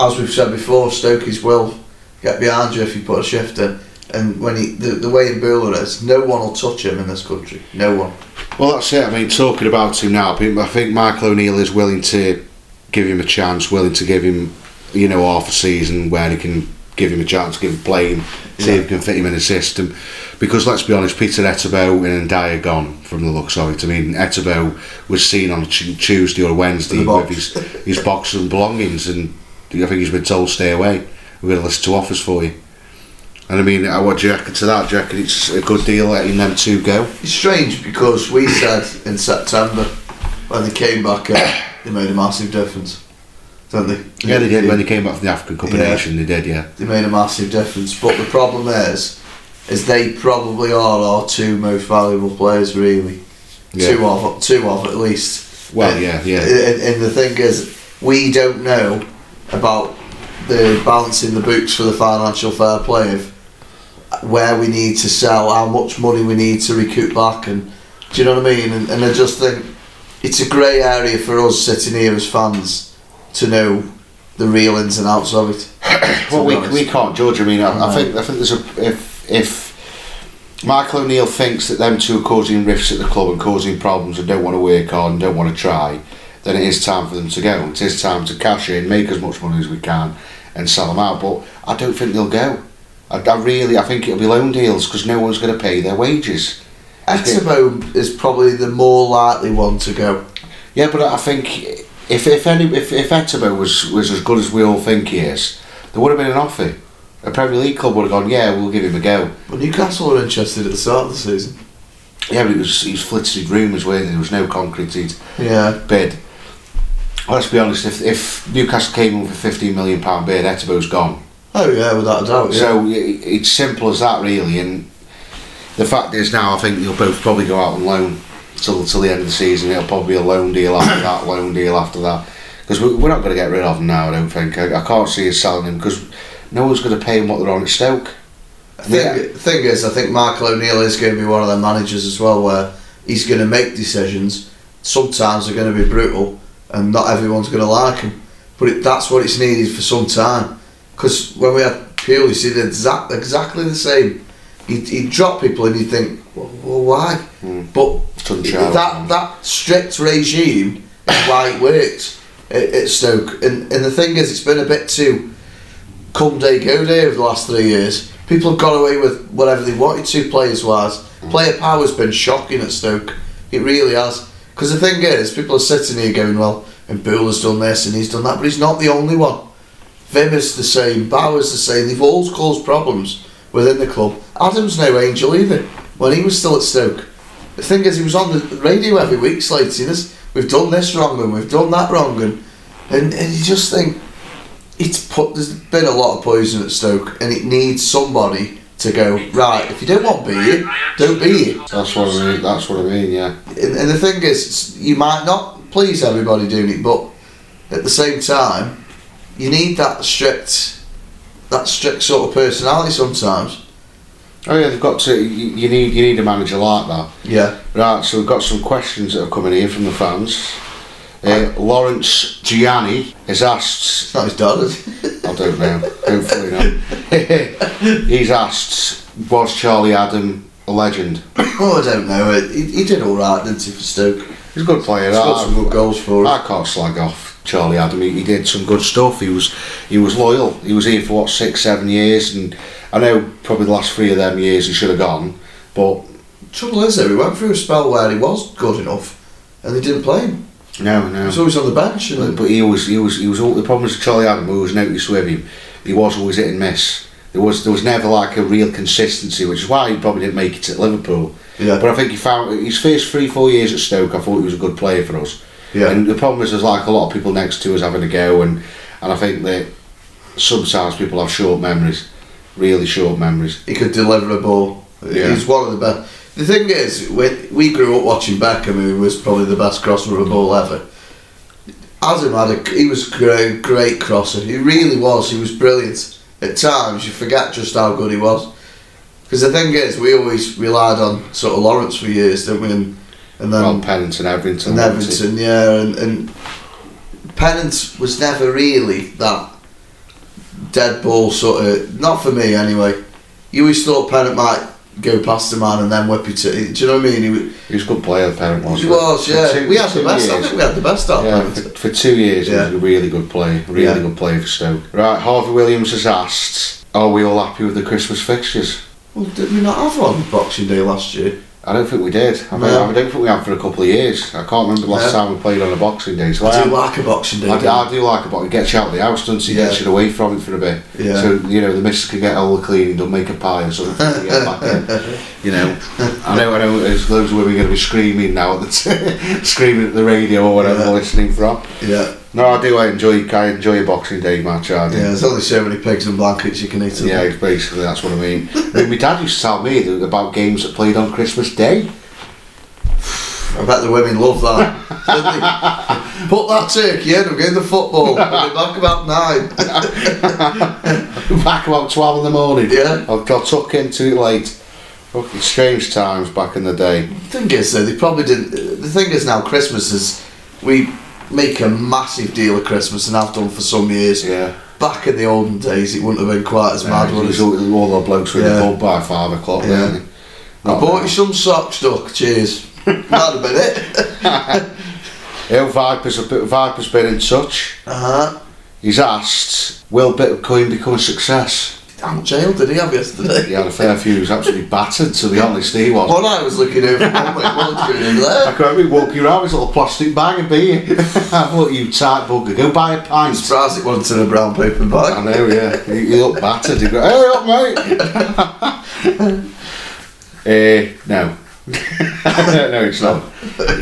Speaker 2: as we've said before, Stokey's will get behind you if you put a shift in. And when he the, the way in Bowler is, no one will touch him in this country. No one.
Speaker 1: Well, that's it. I mean, talking about him now, I think- I think Michael O'Neill is willing to give him a chance, willing to give him, you know, half a season where he can give him a chance, give him playing, see if he can fit him in the system. Because let's be honest, Peter Etterbo and Ndai are gone from the looks of it. I mean, Etterbo was seen on Tu- Tuesday or Wednesday
Speaker 2: The
Speaker 1: with
Speaker 2: box.
Speaker 1: his, his box and belongings, and I think he's been told stay away. We're going to list two offers for you. And I mean, uh, what do you reckon to that? Do you reckon it's a good deal letting them two go?
Speaker 2: It's strange because we said in September when they came back, uh, they made a massive difference, didn't they?
Speaker 1: Yeah, they did. When they came back from the African Cup of
Speaker 2: Yeah.
Speaker 1: Nations, they did, yeah.
Speaker 2: They made a massive difference, but the problem is, is they probably are our two most valuable players, really.
Speaker 1: Yeah.
Speaker 2: Two of two of at least.
Speaker 1: Well,
Speaker 2: And-
Speaker 1: yeah, yeah.
Speaker 2: And, and the thing is, we don't know about the balancing the books for the financial fair play of where we need to sell, how much money we need to recoup back, and do you know what I mean? And, and I just think it's a grey area for us sitting here as fans to know the real ins and outs of it. to
Speaker 1: Well,
Speaker 2: be
Speaker 1: we,
Speaker 2: honest.
Speaker 1: we can't judge. I mean, I, I
Speaker 2: No.
Speaker 1: think I think there's a if if Michael O'Neill thinks that them two are causing rifts at the club and causing problems and don't want to work hard and don't want to try, then it is time for them to go. It is time to cash in, make as much money as we can, and sell them out. But I don't think they'll go. I, I really, I think it'll be loan deals because no one's going to pay their wages.
Speaker 2: Etimo is probably the more likely one to go.
Speaker 1: Yeah, but I think if if any if if Etebo was was as good as we all think he is, there would have been an offer. A Premier League club would have gone, yeah, we'll give him a go.
Speaker 2: But Newcastle are interested at the start of the season.
Speaker 1: Yeah, but it was he's flitted rumours where there was no concreted
Speaker 2: Yeah.
Speaker 1: bid. Let's be honest, if if Newcastle came in with a fifteen million pound bid, Etebo's gone.
Speaker 2: Oh yeah, without a doubt. Yeah.
Speaker 1: So i it's simple as that, really. And the fact is now, I think they'll both probably go out on loan till till the end of the season. It'll probably be a loan deal after that, loan deal after that, because we, we're not going to get rid of him now. I don't think. I, I can't see us selling him because no one's going to pay him what they're on at Stoke.
Speaker 2: Thing, thing is, I think Michael O'Neill is going to be one of their managers as well, where he's going to make decisions. Sometimes they're going to be brutal, and not everyone's going to like him. But it, that's what it's needed for some time. Because when we had Peel, he did exact, exactly the same. He'd, he'd drop people, and you'd think, well, well why?
Speaker 1: Mm.
Speaker 2: But
Speaker 1: Doesn't show.
Speaker 2: that that strict regime is why it worked at, at Stoke. And and the thing is, it's been a bit too come day go day over the last three years. People have got away with whatever they wanted to players wise. Player power's been shocking at Stoke. It really has. Because the thing is, people are sitting here going, well, and Bull has done this and he's done that, but he's not the only one. Vim is the same, Bauer's the same, they've all caused problems within the club. Adam's no angel either, when he was still at Stoke. The thing is, he was on the radio every week slating us, we've done this wrong and we've done that wrong, and, and, and you just think, it's put, there's been a lot of poison at Stoke, and it needs somebody to go, right, if you don't want to be here, don't be here.
Speaker 1: That's what I mean. That's what I mean. Yeah.
Speaker 2: And, and the thing is, it's- you might not please everybody doing it, but at the same time, you need that strict, that strict sort of personality sometimes.
Speaker 1: Oh yeah, they've got to. You, you need you need a manager like that.
Speaker 2: Yeah.
Speaker 1: Right, so we've got some questions that have come in here from the fans. Uh, Lawrence Gianni has asked,
Speaker 2: It's not his dad, is it?
Speaker 1: I don't know, hopefully not. He's asked, was Charlie Adam a legend?
Speaker 2: oh, I don't know. He, he did all right, didn't he, for Stoke?
Speaker 1: He's a good player.
Speaker 2: He's got
Speaker 1: I-
Speaker 2: some good goals for us.
Speaker 1: I can't slag off Charlie Adam. He, he did some good stuff. He was he was loyal. He was here for what six, seven years, and I know probably the last three of them years he should have gone, but
Speaker 2: Trouble is, though, he went through a spell where he was good enough, and they didn't play him.
Speaker 1: no,
Speaker 2: He
Speaker 1: no.
Speaker 2: was always on the bench, and
Speaker 1: But he was he was he was all the problems with Charlie Adam was noticed with him. He was always hit and miss. There was there was never like a real consistency, which is why he probably didn't make it at Liverpool.
Speaker 2: Yeah.
Speaker 1: But I think he found his first three four years at Stoke. I thought he was a good player for us.
Speaker 2: Yeah.
Speaker 1: And the problem is there's like a lot of people next to us having a go, and and I think that sometimes people have short memories, really short memories.
Speaker 2: he could deliver a ball.
Speaker 1: Yeah.
Speaker 2: He's one of the best. The thing is, we, we grew up watching Beckham, who was probably the best crosser of a ball ever. Adam had a, he was a great, great crosser. He really was. He was brilliant. At times, you forget just how good he was. Because the thing is, we always relied on sort of Lawrence for years, didn't we? And, and then
Speaker 1: well, Pennington, Everton,
Speaker 2: Um, and
Speaker 1: wasn't it?
Speaker 2: Everton, yeah, and, and Pennant was never really that dead ball sort of. Not for me, anyway. You always thought Pennant might go past the man and then whip it. To, do you know what I mean? He, w-
Speaker 1: He was a good player. Pennant was.
Speaker 2: he was,
Speaker 1: For
Speaker 2: yeah.
Speaker 1: two-
Speaker 2: we had the
Speaker 1: two
Speaker 2: best. I
Speaker 1: years.
Speaker 2: think we had the best out
Speaker 1: Yeah,
Speaker 2: of
Speaker 1: for,
Speaker 2: Pennant.
Speaker 1: for two years
Speaker 2: Yeah.
Speaker 1: he was a really good player, really
Speaker 2: Yeah.
Speaker 1: good player for Stoke. Right, Harvey Williams has asked, are we all happy with the Christmas fixtures?
Speaker 2: Well, did we not have one Boxing Day last year?
Speaker 1: I don't think we did. I,
Speaker 2: No.
Speaker 1: don't, I don't think we had for a couple of years. I can't remember the last
Speaker 2: No.
Speaker 1: time we played on a boxing day. So I,
Speaker 2: I do
Speaker 1: am-
Speaker 2: like a boxing day.
Speaker 1: I,
Speaker 2: don't
Speaker 1: do- I do like it, but it gets you out of the house, doesn't it? It Gets
Speaker 2: Yeah.
Speaker 1: you away from it for a bit.
Speaker 2: Yeah.
Speaker 1: So, you know, the missus can get all the cleaning done, make a pie or something, and get back in. You know, I know, I know there's loads of women going to be screaming now, at the t- screaming at the radio or whatever
Speaker 2: Yeah.
Speaker 1: they're listening from.
Speaker 2: Yeah,
Speaker 1: No, I do. I enjoy, I enjoy a Boxing Day match, I do.
Speaker 2: yeah. There's only so many pigs and blankets you can eat. isn't there?
Speaker 1: Yeah, basically that's what I mean. I mean, my dad used to tell me that about games that played on Christmas Day.
Speaker 2: I bet the women love that. don't they? Put that turkey in. I'm getting the football. I'll be back about nine.
Speaker 1: back about 12 in the morning.
Speaker 2: Yeah.
Speaker 1: I got tuck in too late. Fucking strange times back in the day.
Speaker 2: The thing is, though, they probably didn't. The thing is now, Christmas is we make a massive deal of Christmas, and I've done for some years.
Speaker 1: Yeah.
Speaker 2: Back in the olden days, it wouldn't have been quite as mad.
Speaker 1: Yeah,
Speaker 2: would
Speaker 1: it was
Speaker 2: it?
Speaker 1: all, all the blokes were in the
Speaker 2: Yeah.
Speaker 1: pub by 5 o'clock,
Speaker 2: Yeah.
Speaker 1: weren't they?
Speaker 2: I
Speaker 1: Not
Speaker 2: bought
Speaker 1: now.
Speaker 2: you some socks, Duck. Cheers. That'd have been it.
Speaker 1: Yeah, Viper's, a bit- Viper's been in touch.
Speaker 2: Uh-huh.
Speaker 1: He's asked, will Bitcoin become a success?
Speaker 2: Damn jail did he have yesterday?
Speaker 1: He had a fair few, he was absolutely battered, to be honest, he was.
Speaker 2: One I was looking over, one went, what's going in
Speaker 1: I
Speaker 2: there?
Speaker 1: can remember walking around with his little plastic bag of beer. I thought, you tight bugger, go buy a pint.
Speaker 2: Surprised it wasn't in a brown paper
Speaker 1: I
Speaker 2: bag.
Speaker 1: know, yeah. He, he looked battered. He go, hey up, mate. Eh, no. no, it's not.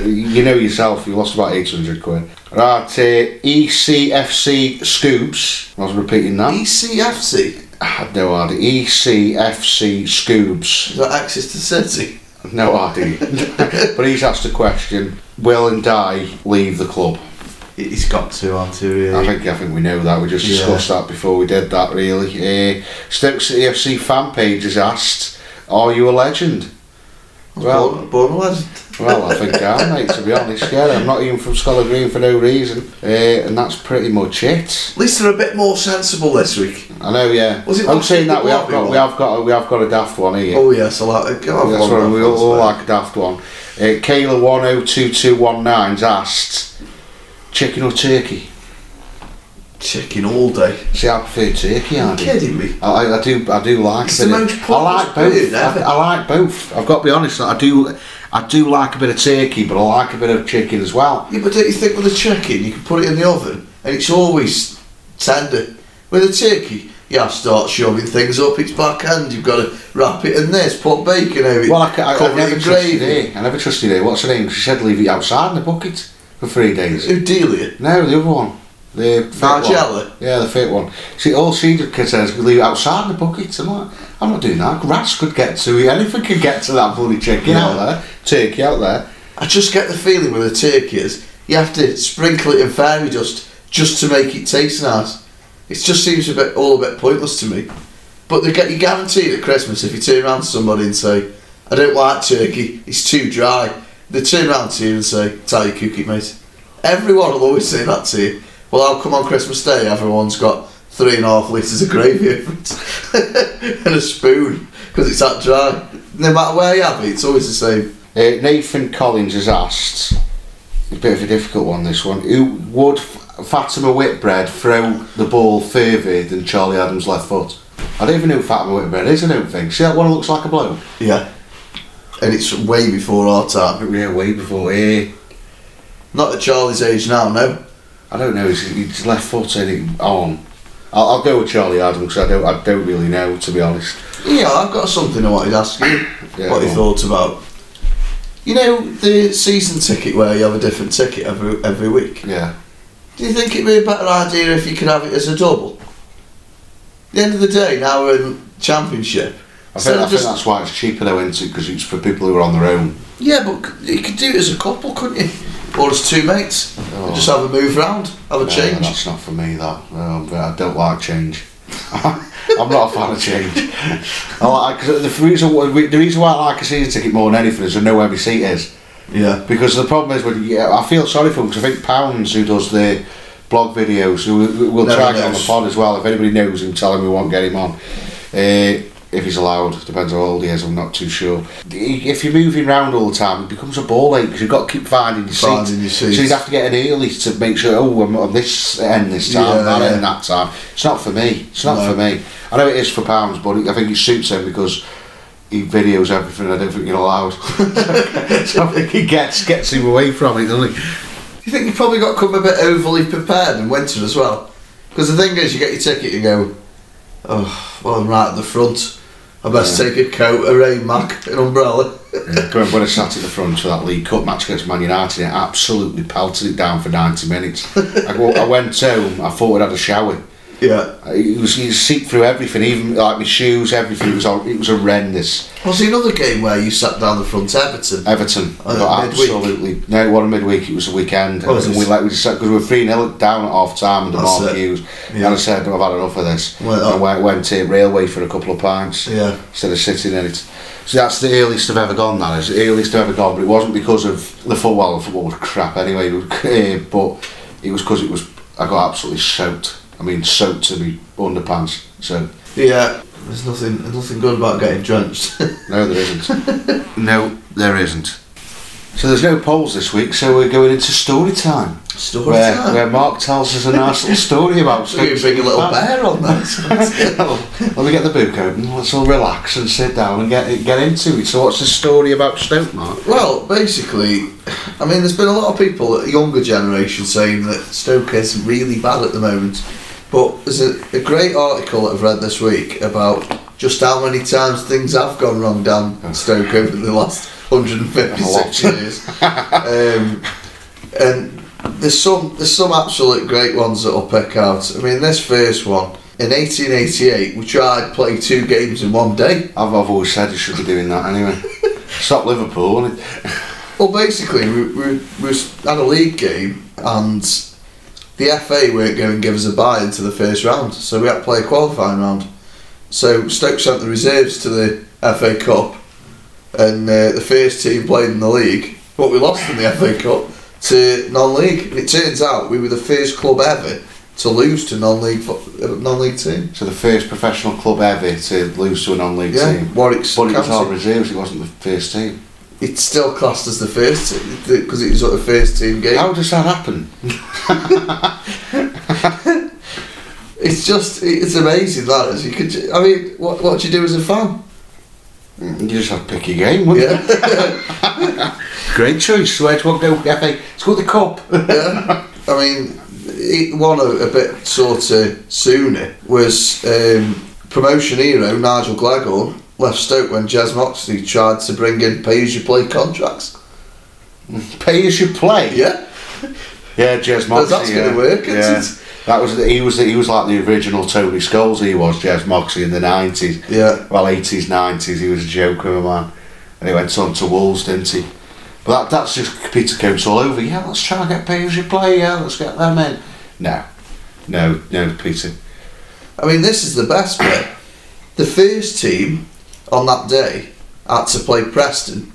Speaker 1: You know yourself, you lost about 800 quid. Right, uh, ECFC Scoobs. I was repeating
Speaker 2: E
Speaker 1: that.
Speaker 2: ECFC?
Speaker 1: I had no idea. E ECFC Scoobs.
Speaker 2: Is that Access to City?
Speaker 1: No idea. but he's asked a question Will and Di leave the club?
Speaker 2: He's got to, aren't he,
Speaker 1: I
Speaker 2: really?
Speaker 1: think I think we know that. We just
Speaker 2: Yeah.
Speaker 1: discussed that before we did that. Really, uh, Stoke City FC fan page has asked, "Are you a legend?" Well,
Speaker 2: born, born a legend.
Speaker 1: well, I think I am, mate. To be honest, yeah, I'm not even from Scholar Green for no reason, uh, and that's pretty much it.
Speaker 2: At least they're a bit more sensible this week.
Speaker 1: I know, yeah.
Speaker 2: Was it
Speaker 1: I'm
Speaker 2: last
Speaker 1: saying
Speaker 2: week
Speaker 1: that
Speaker 2: the
Speaker 1: we have
Speaker 2: Derby
Speaker 1: got we
Speaker 2: one?
Speaker 1: have got a, we have got a daft one here.
Speaker 2: Oh, yes, I like it. Go on,
Speaker 1: That's
Speaker 2: go
Speaker 1: what
Speaker 2: on,
Speaker 1: we all,
Speaker 2: go on,
Speaker 1: all
Speaker 2: go on.
Speaker 1: like a daft one. Uh, Kayla one oh two two one nine's asked, chicken or turkey?
Speaker 2: Chicken all day.
Speaker 1: See, I prefer turkey. I
Speaker 2: Are you
Speaker 1: do.
Speaker 2: kidding me?
Speaker 1: I, I- I do I do like
Speaker 2: It's
Speaker 1: a bit
Speaker 2: the
Speaker 1: of-
Speaker 2: most
Speaker 1: I like
Speaker 2: pointless
Speaker 1: both
Speaker 2: food ever.
Speaker 1: I, I like both I've got to be honest I do I do like a bit of turkey but I like a bit of chicken as well
Speaker 2: Yeah, but don't you think with a chicken you can put it in the oven and it's always tender? With a turkey, you have to start shoving things up its back end. You've got to wrap it in this, put bacon over it,
Speaker 1: well I, c- I- I
Speaker 2: cover it
Speaker 1: never eh?
Speaker 2: in
Speaker 1: trusted
Speaker 2: gravy.
Speaker 1: her I never trusted her what's her name she said leave it outside in the bucket for three days
Speaker 2: Who deal you?
Speaker 1: no the other one the fit one.
Speaker 2: Nigella?
Speaker 1: yeah the fit one see all she did kid says leave it outside in the bucket I'm like I'm not doing that rats could get to it anything could get to that bloody chicken out
Speaker 2: Yeah.
Speaker 1: there turkey out there
Speaker 2: I just get the feeling with a turkey is you have to sprinkle it in fairy dust just to make it taste nice. It just seems a bit all a bit pointless to me. But they get you guaranteed at Christmas if you turn around to somebody and say, "I don't like turkey; it's too dry," they turn around to you and say, "Tell you cook it, mate." Everyone will always say that to you. Well, how come on Christmas Day everyone's got three and a half litres of gravy over it and a spoon because it's that dry? No matter where you have it, it's always the same.
Speaker 1: Uh, Nathan Collins has asked a bit of a difficult one. This one: Who would F- Fatima Whitbread throw the ball further than Charlie Adams' left foot? I don't even know who Fatima Whitbread is. I don't think. See that one looks like a bloke.
Speaker 2: Yeah. And it's way before our time.
Speaker 1: Yeah, way before. Eh,
Speaker 2: Not at Charlie's age now, no.
Speaker 1: I don't know. Is he- his left foot any on? I'll, I'll go with Charlie Adams. 'cause I don't. I don't really know to be honest.
Speaker 2: Yeah, I've got something I wanted to ask you.
Speaker 1: Yeah,
Speaker 2: what you
Speaker 1: go
Speaker 2: thought about. You know, the season ticket where you have a different ticket every every week.
Speaker 1: Yeah.
Speaker 2: Do you think it'd be a better idea if you could have it as a double? At the end of the day, now we're in championship.
Speaker 1: I
Speaker 2: Instead
Speaker 1: think, I
Speaker 2: of
Speaker 1: think
Speaker 2: just-
Speaker 1: that's why it's cheaper though, isn't it? Because it's for people who are on their own.
Speaker 2: Yeah, but c- you could do it as a couple, couldn't you? Or as two mates.
Speaker 1: Oh.
Speaker 2: And just have a move round, have a
Speaker 1: No,
Speaker 2: change.
Speaker 1: That's not for me. That no, I don't like change. I'm not a fan of change. I like, 'cause the reason why we- the reason why I like a season ticket more than anything is I know where my seat is.
Speaker 2: Yeah.
Speaker 1: Because the problem is, when yeah, I feel sorry for him because I think Pounds, who does the blog videos, who who- we'll
Speaker 2: Never
Speaker 1: try and get on the
Speaker 2: knows.
Speaker 1: pod as well. If anybody knows him, tell him we won't get him on. Uh, if he's allowed, depends how old he is. I'm not too sure. He- If you're moving round all the time, it becomes a ball ache because you've got to keep finding your seat.
Speaker 2: Finding your seat.
Speaker 1: So you'd have to get an early to make sure. Oh, I'm on this end this time,
Speaker 2: Yeah,
Speaker 1: that
Speaker 2: yeah.
Speaker 1: end that time. It's not for me. It's not
Speaker 2: No.
Speaker 1: for me. I know it is for pounds, but I think it suits him because he videos everything. I don't think he'll allow us. so I think he gets gets him away from it, doesn't he?
Speaker 2: Do you think you probably got come a bit overly prepared in winter as well? Because the thing is, you get your ticket, you go, oh, well, I'm right at the front. I best take a coat, a rain mac, an umbrella.
Speaker 1: Going when I sat at the front for that League Cup match against Man United, it absolutely pelted it down for ninety minutes. I, go, I went home. I thought I'd had a shower.
Speaker 2: Yeah.
Speaker 1: It was you seep through everything, even like my shoes, everything. It was hor- it was horrendous.
Speaker 2: Was there another game where you sat down the front, Everton?
Speaker 1: Everton
Speaker 2: Oh,
Speaker 1: got
Speaker 2: midweek.
Speaker 1: absolutely no. It wasn't midweek. It was the weekend.
Speaker 2: Oh, is
Speaker 1: and
Speaker 2: it?
Speaker 1: we like we because we were three 0 down at half time under
Speaker 2: That's
Speaker 1: Mark
Speaker 2: it.
Speaker 1: Hughes,
Speaker 2: Yeah.
Speaker 1: and I said I've had enough of this.
Speaker 2: Well, oh.
Speaker 1: and I went, went to railway for a couple of pints
Speaker 2: Yeah.
Speaker 1: instead of sitting in it. So that's the earliest I've ever gone. That is the earliest I've ever gone, but it wasn't because of the full well. The football was crap anyway. It was, eh, but it was because it was I got absolutely soaked. I mean soaked to me underpants. So
Speaker 2: Yeah. There's nothing there's nothing good about getting drenched.
Speaker 1: No, there isn't. no, there isn't. So there's no polls this week, so we're going into story time.
Speaker 2: Story
Speaker 1: where,
Speaker 2: time.
Speaker 1: Where Mark tells us a nice little story about
Speaker 2: So you bring a little bear on that.
Speaker 1: Let me get the book open, let's all relax and sit down and get get into it. So what's the story about Stoke, Mark?
Speaker 2: well, basically, I mean, there's been a lot of people, a younger generation, saying that Stoke is really bad at the moment. But there's a, a great article that I've read this week about just how many times things have gone wrong down Stoke over the last
Speaker 1: A
Speaker 2: 156
Speaker 1: lot.
Speaker 2: years. um, and there's some there's some absolute great ones that I'll pick out. I mean, this first one in 1888, we tried play two games in one day.
Speaker 1: I've, I've always said you should be doing that anyway. Stop Liverpool. And it,
Speaker 2: Well, basically, we, we, we was at a league game and the FA weren't going to give us a buy into the first round, so we had to play a qualifying round. So Stoke sent the reserves to the FA Cup, and uh, the first team played in the league, but we lost in the FA Cup to non-league. And it turns out we were the first club ever to lose to non-league fo- uh, non-league team.
Speaker 1: so the first professional club ever to lose to a non-league
Speaker 2: Yeah,
Speaker 1: team.
Speaker 2: Warwick's
Speaker 1: But it was
Speaker 2: County.
Speaker 1: our reserves. It wasn't the first team.
Speaker 2: It's still classed as the first because it was the first team game.
Speaker 1: How does that happen?
Speaker 2: It's just, it's amazing that is. You could, ju- I mean, what what do you do as a fan?
Speaker 1: You just have to pick your game, wouldn't you?
Speaker 2: Yeah,
Speaker 1: Great choice. Where do I go? FA. It's called the cup.
Speaker 2: yeah. I mean, it, one a, a bit sort of sooner was um, promotion hero Nigel Gleghorn left Stoke when Jez Moxley tried to bring in pay-as-you-play contracts.
Speaker 1: Pay as you play.
Speaker 2: Yeah,
Speaker 1: Yeah, Jez
Speaker 2: Well,
Speaker 1: Moxley.
Speaker 2: that's
Speaker 1: yeah.
Speaker 2: gonna work, isn't
Speaker 1: yeah.
Speaker 2: it?
Speaker 1: That was the, he was the, he was like the original Tony Scholes. He was Jez Moxley in the nineties.
Speaker 2: yeah.
Speaker 1: Well, eighties, nineties. He was a joke of a man, and he went on to Wolves, didn't he? But that, that's just Peter Coates all over. Yeah, let's try and get pay as you play. Yeah, let's get them in. No, no, no, Peter.
Speaker 2: I mean, this is the best bit. The first team on that day had to play Preston,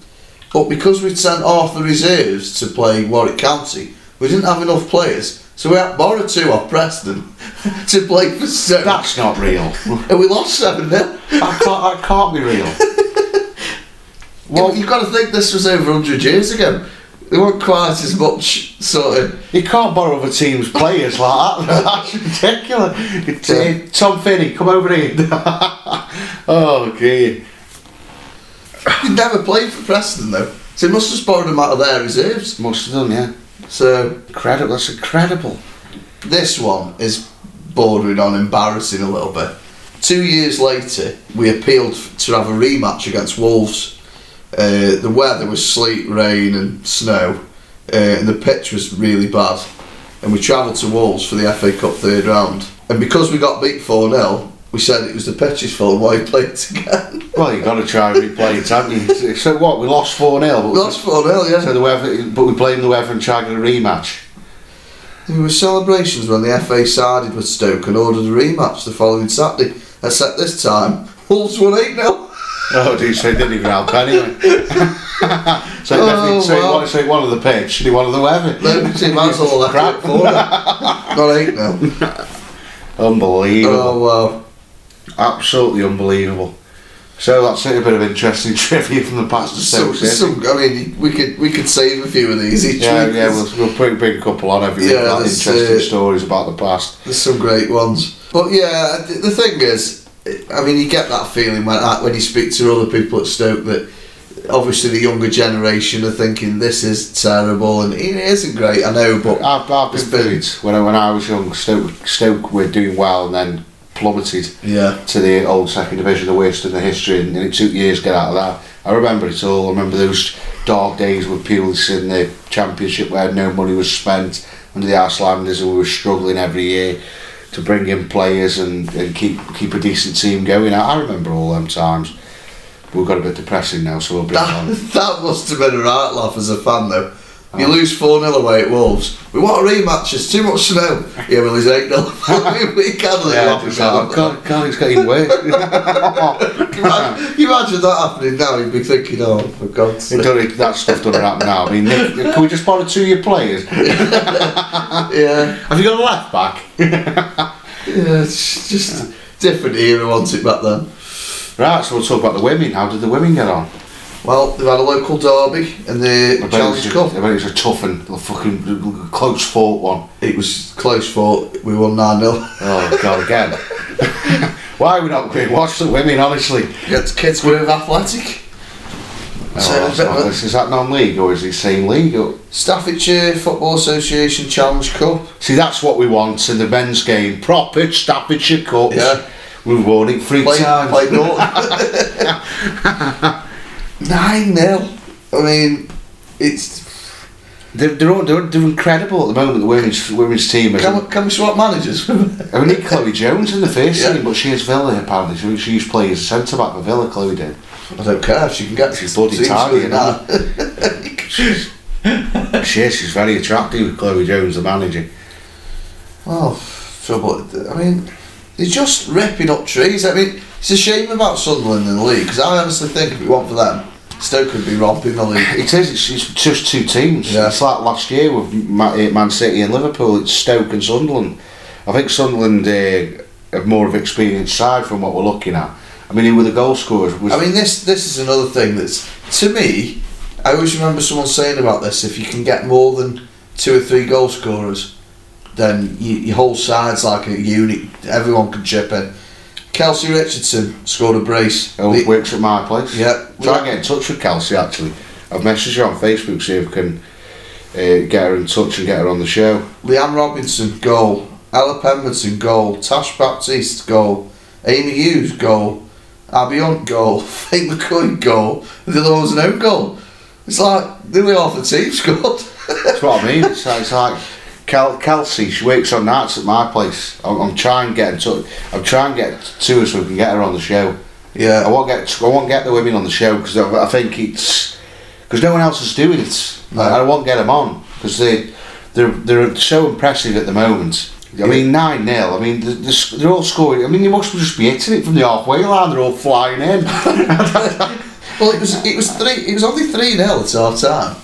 Speaker 2: but because we'd sent half the reserves to play Warwick County, we didn't have enough players, so we had to borrow two off Preston to play for Stoke.
Speaker 1: That's not real.
Speaker 2: and we lost 7 0.
Speaker 1: that, can't, that can't be real.
Speaker 2: Well, you've got to think this was over 100 years ago. There weren't quite as much sort of
Speaker 1: You can't borrow other team's players like that. That's ridiculous. It's, uh, Tom Finney, come over here. oh, gee.
Speaker 2: He'd never played for Preston, though, so he must have borrowed them out of their reserves.
Speaker 1: Must have done, yeah.
Speaker 2: So,
Speaker 1: Incredible. That's incredible.
Speaker 2: This one is bordering on embarrassing a little bit. Two years later, we appealed f- to have a rematch against Wolves. Uh, the weather was sleet, rain, and snow, uh, and the pitch was really bad. And we travelled to Wolves for the FA Cup third round. And because we got beat 4 0, we said it was the pitch's fault why we played it again.
Speaker 1: Well, you've got to try and replay it, haven't you? So what? We lost 4 0.
Speaker 2: we lost 4 0,
Speaker 1: So
Speaker 2: yeah.
Speaker 1: the weather, but we blamed the weather and tried to get a rematch.
Speaker 2: There were celebrations when the FA sided with Stoke and ordered a rematch the following Saturday, except this time, Wolves won 8 0.
Speaker 1: Oh, dude, so it didn't even help anyway. so, it definitely,
Speaker 2: Oh,
Speaker 1: so,
Speaker 2: wow.
Speaker 1: it, won- so it wanted the pitch and it wanted the weather.
Speaker 2: Let me see, mine's all left
Speaker 1: Crap.
Speaker 2: out for Not eight now.
Speaker 1: Unbelievable.
Speaker 2: Oh wow.
Speaker 1: Absolutely unbelievable. So that's it, a bit of interesting trivia from the past to
Speaker 2: Some,
Speaker 1: Stoke City.
Speaker 2: some, I mean, we could we could save a few of these each
Speaker 1: Yeah,
Speaker 2: week.
Speaker 1: yeah, we'll, we'll bring, bring a couple on every
Speaker 2: Yeah,
Speaker 1: week. like
Speaker 2: that's uh,
Speaker 1: interesting
Speaker 2: it.
Speaker 1: stories about the past.
Speaker 2: There's some great ones. But yeah, th- the thing is, I mean, you get that feeling when when you speak to other people at Stoke that obviously the younger generation are thinking this is terrible and it isn't great. I know, but
Speaker 1: I've, I've
Speaker 2: It's
Speaker 1: been
Speaker 2: been-
Speaker 1: bullied when I, when I was young. Stoke Stoke were doing well and then plummeted
Speaker 2: yeah,
Speaker 1: to the old second division, the worst in the history, and, it took years to get out of that. I remember it all. I remember those dark days with Pulis in the championship where no money was spent under the Icelanders and we were struggling every year to bring in players and, and keep keep a decent team going. I, I remember all them times. We've got a bit depressing now, so we'll bring it
Speaker 2: that
Speaker 1: on.
Speaker 2: that must have been a right laugh as a fan though.
Speaker 1: Oh.
Speaker 2: You lose 4 0 away at Wolves. We want a rematch, it's too much snow. Yeah, well, it's 8 0. we can't let
Speaker 1: Yeah,
Speaker 2: yeah,
Speaker 1: just like, can't, can't, it's getting worse.
Speaker 2: Can you imagine- you imagine that happening now? You'd be thinking, oh, for God's
Speaker 1: It
Speaker 2: sake.
Speaker 1: don't, that stuff doesn't happen now. I mean, Nick, can we just borrow two of your players?
Speaker 2: Yeah,
Speaker 1: Have you got a left back?
Speaker 2: yeah, it's just different era, wants it back then.
Speaker 1: Right, so we'll talk about the women. How did the women get on?
Speaker 2: Well, they've had a local derby and the
Speaker 1: I bet, it was
Speaker 2: Challenge
Speaker 1: a, I
Speaker 2: Cup.
Speaker 1: bet it was a tough and a fucking close fought one.
Speaker 2: It was close for we won 9 0.
Speaker 1: Oh, God, again. Why are we not going to watch the women, honestly?
Speaker 2: It's kids with athletic. So
Speaker 1: Oh,
Speaker 2: a
Speaker 1: that's
Speaker 2: bit
Speaker 1: not-
Speaker 2: of a-
Speaker 1: is that non league or is it same league? Or-
Speaker 2: Staffordshire Football Association Challenge Cup.
Speaker 1: See, that's what we want in the men's game. Proper Staffordshire Cups.
Speaker 2: Yeah.
Speaker 1: We've won it three
Speaker 2: Play,
Speaker 1: times.
Speaker 2: play Norton. 9 0. I mean, it's.
Speaker 1: They're, they're, all, they're, they're incredible at the moment, the women's, women's team. isn't
Speaker 2: Can we, can we swap managers?
Speaker 1: I mean, Chloe Jones in the first
Speaker 2: Yeah.
Speaker 1: team, but she is Villa apparently. So she used to play as a centre back for Villa. Chloe did.
Speaker 2: I don't care if she can get
Speaker 1: She's bloody
Speaker 2: teams
Speaker 1: tidy,
Speaker 2: with that.
Speaker 1: She's, she is. She's very attractive. Chloe Jones, the manager.
Speaker 2: Oh, trouble. I mean, they're just ripping up trees. I mean, it's a shame about Sunderland in the league because I honestly think if it weren't for them, Stoke would be romping the league.
Speaker 1: It is. It's, it's just two teams.
Speaker 2: Yeah.
Speaker 1: It's like last year with Ma- eh, Man City and Liverpool. It's Stoke and Sunderland. I think Sunderland uh, have more of an experienced side from what we're looking at. I mean, who were the goal scorers? Was
Speaker 2: I mean, this this is another thing that's to me. I always remember someone saying about this: if you can get more than two or three goal scorers, then you, your whole side's like a unit. Everyone can chip in. Kelsey Richardson scored a brace.
Speaker 1: who
Speaker 2: The-
Speaker 1: works at my place.
Speaker 2: Yeah.
Speaker 1: Oh, Try and get in touch with Kelsey actually. I've messaged her on Facebook see if we can uh, get her in touch and get her on the show.
Speaker 2: Leanne Robinson, goal. Ella Pemberton, goal. Tash Baptiste, goal. Amy Hughes, goal. Abby Hunt, goal. Faye McCoy, goal. And the other one was an own goal. It's like nearly half the team scored.
Speaker 1: That's what I mean. It's, like- it's like Kel- Kelsey, she works on nights at my place. I'm, I'm trying to get in touch. I'm trying to get to her so we can get her on the show. Uh, I
Speaker 2: yeah.
Speaker 1: won't get I won't get the women on the show because I, I think it's because no one else is doing it. I, I won't get them on because they they're they're so impressive at the moment. I mean nine 0 I mean they're, they're sc- they're all scoring. I mean they must just be hitting it from the halfway line. They're all flying in.
Speaker 2: Well, it was it was three. It was only three 0 at half time.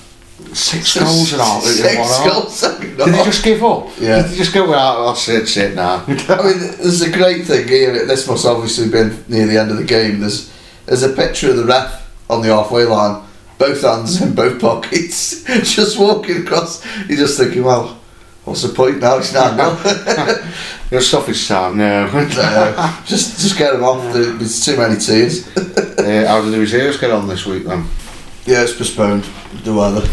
Speaker 1: Six goals and all.
Speaker 2: Six goals.
Speaker 1: Did they just give up?
Speaker 2: Yeah.
Speaker 1: Did they just go out? That's it. That's it now.
Speaker 2: I mean, there's a great thing here. This must obviously been near the end of the game. There's there's a picture of the ref on the halfway line, both hands in both pockets, just walking across. You're just thinking, well, what's the point now? It's not
Speaker 1: Your stuff is time now.
Speaker 2: just just get him off. There- There's too many tears.
Speaker 1: uh, how did the reserves get on this week then?
Speaker 2: Yeah, it's postponed. The weather.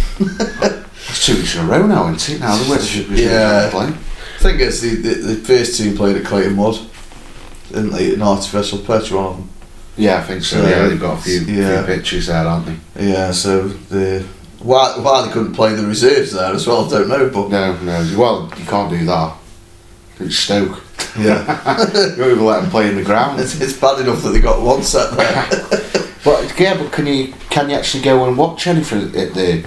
Speaker 1: It's two weeks in a row now, isn't it? Now the West reserves
Speaker 2: Yeah.
Speaker 1: are playing.
Speaker 2: Thing is, the, the the first team played at Clayton Wood, didn't they? An artificial pitch, one of them.
Speaker 1: Yeah, I think so.
Speaker 2: So,
Speaker 1: yeah, they've got a few,
Speaker 2: yeah.
Speaker 1: few pitches there, aren't they?
Speaker 2: Yeah, so the why why they couldn't play the reserves there as well, I don't know, but
Speaker 1: No, no. Well, you can't do that. It's Stoke.
Speaker 2: yeah.
Speaker 1: You don't even let them play in the ground.
Speaker 2: It's, it's bad enough that they got one set there.
Speaker 1: But yeah, but can you can you actually go and watch anything at the? at
Speaker 2: yeah,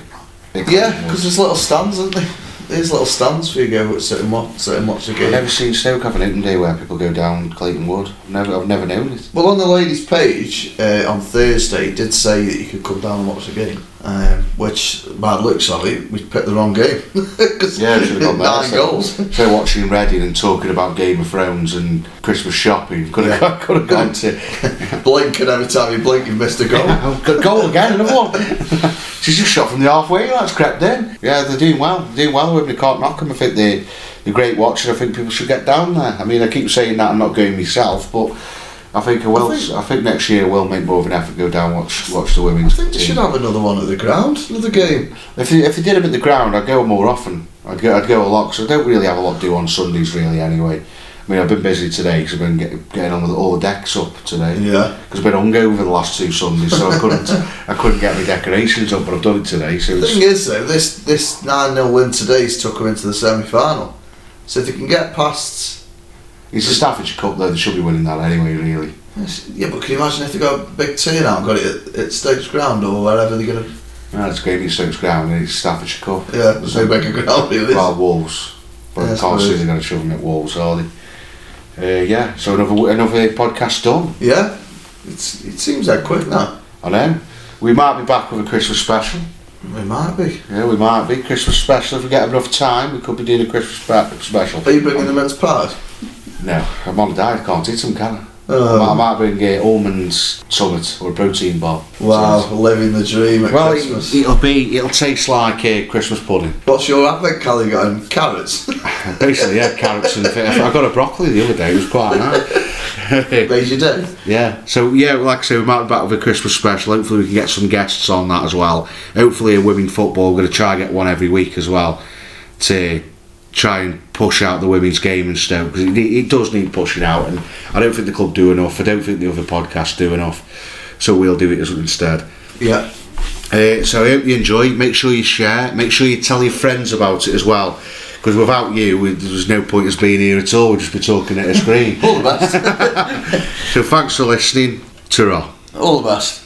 Speaker 1: Clayton Wood?
Speaker 2: because there's little stands, aren't there? There's little stands for you to go sit and watch, sit and watch the
Speaker 1: I've
Speaker 2: game.
Speaker 1: never seen Stoke have an open day where people go down Clayton Wood. I've never, I've never known it.
Speaker 2: Well, on the ladies' page uh, on Thursday, it did say that you could come down and watch the game, um, which, by the looks of it, we picked the wrong game. 'Cause
Speaker 1: Yeah, we should've gone there,
Speaker 2: nine
Speaker 1: so-
Speaker 2: goals.
Speaker 1: So watching Reading and talking about Game of Thrones and Christmas shopping could have
Speaker 2: Yeah.
Speaker 1: could have gone to
Speaker 2: Blinking every time you blink, you missed a goal.
Speaker 1: Oh, good goal again, another one. She's just shot from the halfway, that's crept in. Yeah, they're doing well, they're doing well, the women can't knock them. I think they, they're great watching, I think people should get down there. I mean, I keep saying that, I'm not going myself, but I think I will. I
Speaker 2: I
Speaker 1: think,
Speaker 2: think-
Speaker 1: next year we'll make more of an effort to go down and watch watch the
Speaker 2: I
Speaker 1: women's.
Speaker 2: think they
Speaker 1: team.
Speaker 2: should have another one at the ground, another game.
Speaker 1: If they, if they did them at the ground, I'd go more often. I'd go, I'd go a lot 'cause I don't really have a lot to do on Sundays really anyway. I mean, I've been busy today because I've been get, getting on with all the decks up today.
Speaker 2: Yeah.
Speaker 1: Because I've been hungover the last two Sundays, so I couldn't I couldn't get my decorations up, but I've done it today. So
Speaker 2: The
Speaker 1: it's,
Speaker 2: thing is, though, this this nine 0 win today's took them into the semi final. So if they can get past,
Speaker 1: it's the Staffordshire Cup though; they should be winning that anyway. Really,
Speaker 2: yeah, but can you imagine if they got a big turnout and got it at, at Stokes Ground or wherever they're gonna?
Speaker 1: no, Ah, it's going against Stokes Ground and it's Staffordshire Cup.
Speaker 2: Yeah, there's no bigger ground really.
Speaker 1: Well, Wolves, but
Speaker 2: Yeah,
Speaker 1: I
Speaker 2: I
Speaker 1: can't see
Speaker 2: suppose.
Speaker 1: they're going to shove them at Wolves, are they? Uh, yeah, so another another podcast done.
Speaker 2: Yeah, it's it seems that quick now.
Speaker 1: I know. We might be back with a Christmas special.
Speaker 2: It might be.
Speaker 1: Yeah, we might be. Christmas special, if we get enough time, we could be doing a Christmas spe- special.
Speaker 2: Are you bringing the men's pie?
Speaker 1: No, I'm on a diet, can't eat them, can I? I, might, I
Speaker 2: Oh,
Speaker 1: might bring uh, almonds summit or a protein bar.
Speaker 2: wow, living the dream at
Speaker 1: Well,
Speaker 2: Christmas.
Speaker 1: it, it'll be, it'll taste like uh, Christmas pudding.
Speaker 2: What's your advent calendar got in? Carrots?
Speaker 1: Basically, yeah, carrots and things. I got a broccoli the other day, it was quite nice.
Speaker 2: Made your day?
Speaker 1: Yeah. So yeah, like I say, we might be back with a Christmas special. Hopefully, we can get some guests on that as well. Hopefully, in women football, we're going to try and get one every week as well to try and push out the women's game and stuff because it, ne- it does need pushing out, and I don't think the club do enough. I don't think the other podcasts do enough. So we'll do it as instead.
Speaker 2: Yeah.
Speaker 1: Uh, so I hope you enjoy. Make sure you share. Make sure you tell your friends about it as well. Because without you, we, there's no point us being here at all. We'd just be talking at a screen.
Speaker 3: All the best.
Speaker 1: so thanks for listening. Ta-ra.
Speaker 3: All the best.